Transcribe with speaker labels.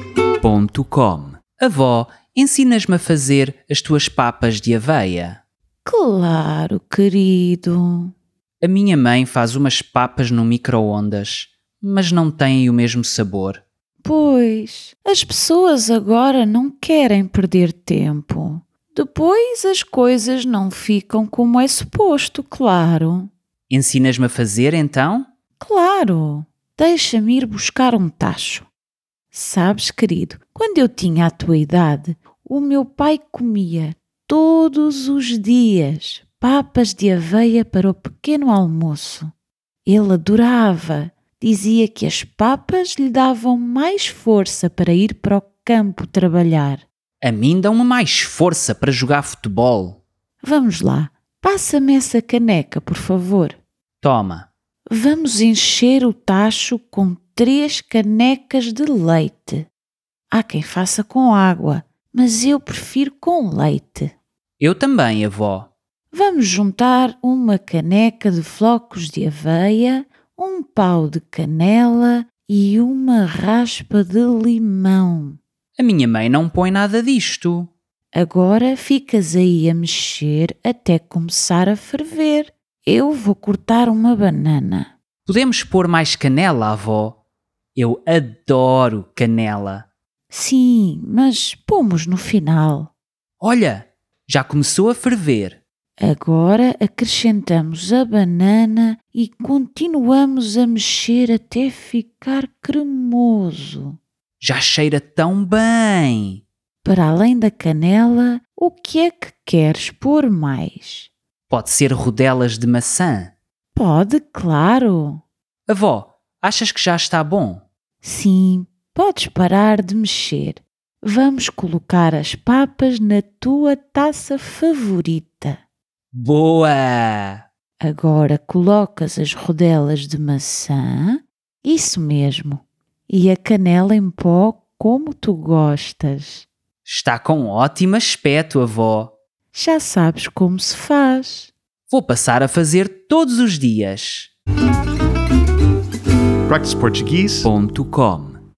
Speaker 1: practiceportuguese.com
Speaker 2: Avó, ensinas-me a fazer as tuas papas de aveia.
Speaker 3: Claro, querido.
Speaker 2: A minha mãe faz umas papas no micro-ondas, mas não têm o mesmo sabor.
Speaker 3: Pois, as pessoas agora não querem perder tempo. Depois as coisas não ficam como é suposto, claro.
Speaker 2: Ensinas-me a fazer então?
Speaker 3: Claro. Deixa-me ir buscar um tacho. Sabes, querido, quando eu tinha a tua idade, o meu pai comia todos os dias papas de aveia para o pequeno almoço. Ele adorava. Dizia que as papas lhe davam mais força para ir para o campo trabalhar.
Speaker 2: A mim dão-me mais força para jogar futebol.
Speaker 3: Vamos lá, passa-me essa caneca, por favor.
Speaker 2: Toma,
Speaker 3: Vamos encher o tacho com três canecas de leite. Há quem faça com água, mas eu prefiro com leite.
Speaker 2: eu também, avó.
Speaker 3: Vamos juntar uma caneca de flocos de aveia, um pau de canela e uma raspa de limão.
Speaker 2: A minha mãe não põe nada disto.
Speaker 3: Agora ficas aí a mexer até começar a ferver. Eu vou cortar uma banana.
Speaker 2: Podemos pôr mais canela, avó? Eu adoro canela.
Speaker 3: Sim, mas pomos no final.
Speaker 2: Olha, já começou a ferver.
Speaker 3: Agora acrescentamos a banana e continuamos a mexer até ficar cremoso.
Speaker 2: Já cheira tão bem.
Speaker 3: Para além da canela, o que é que queres pôr mais?
Speaker 2: Pode ser rodelas de maçã.
Speaker 3: Pode, claro.
Speaker 2: Avó, achas que já está bom?
Speaker 3: Sim, podes parar de mexer. Vamos colocar as papas na tua taça favorita.
Speaker 2: Boa!
Speaker 3: Agora colocas as rodelas de maçã, isso mesmo, e a canela em pó como tu gostas.
Speaker 2: Está com ótimo aspecto, avó.
Speaker 3: Já sabes como se faz.
Speaker 2: Vou passar a fazer todos os dias.
Speaker 1: practiceportuguese.com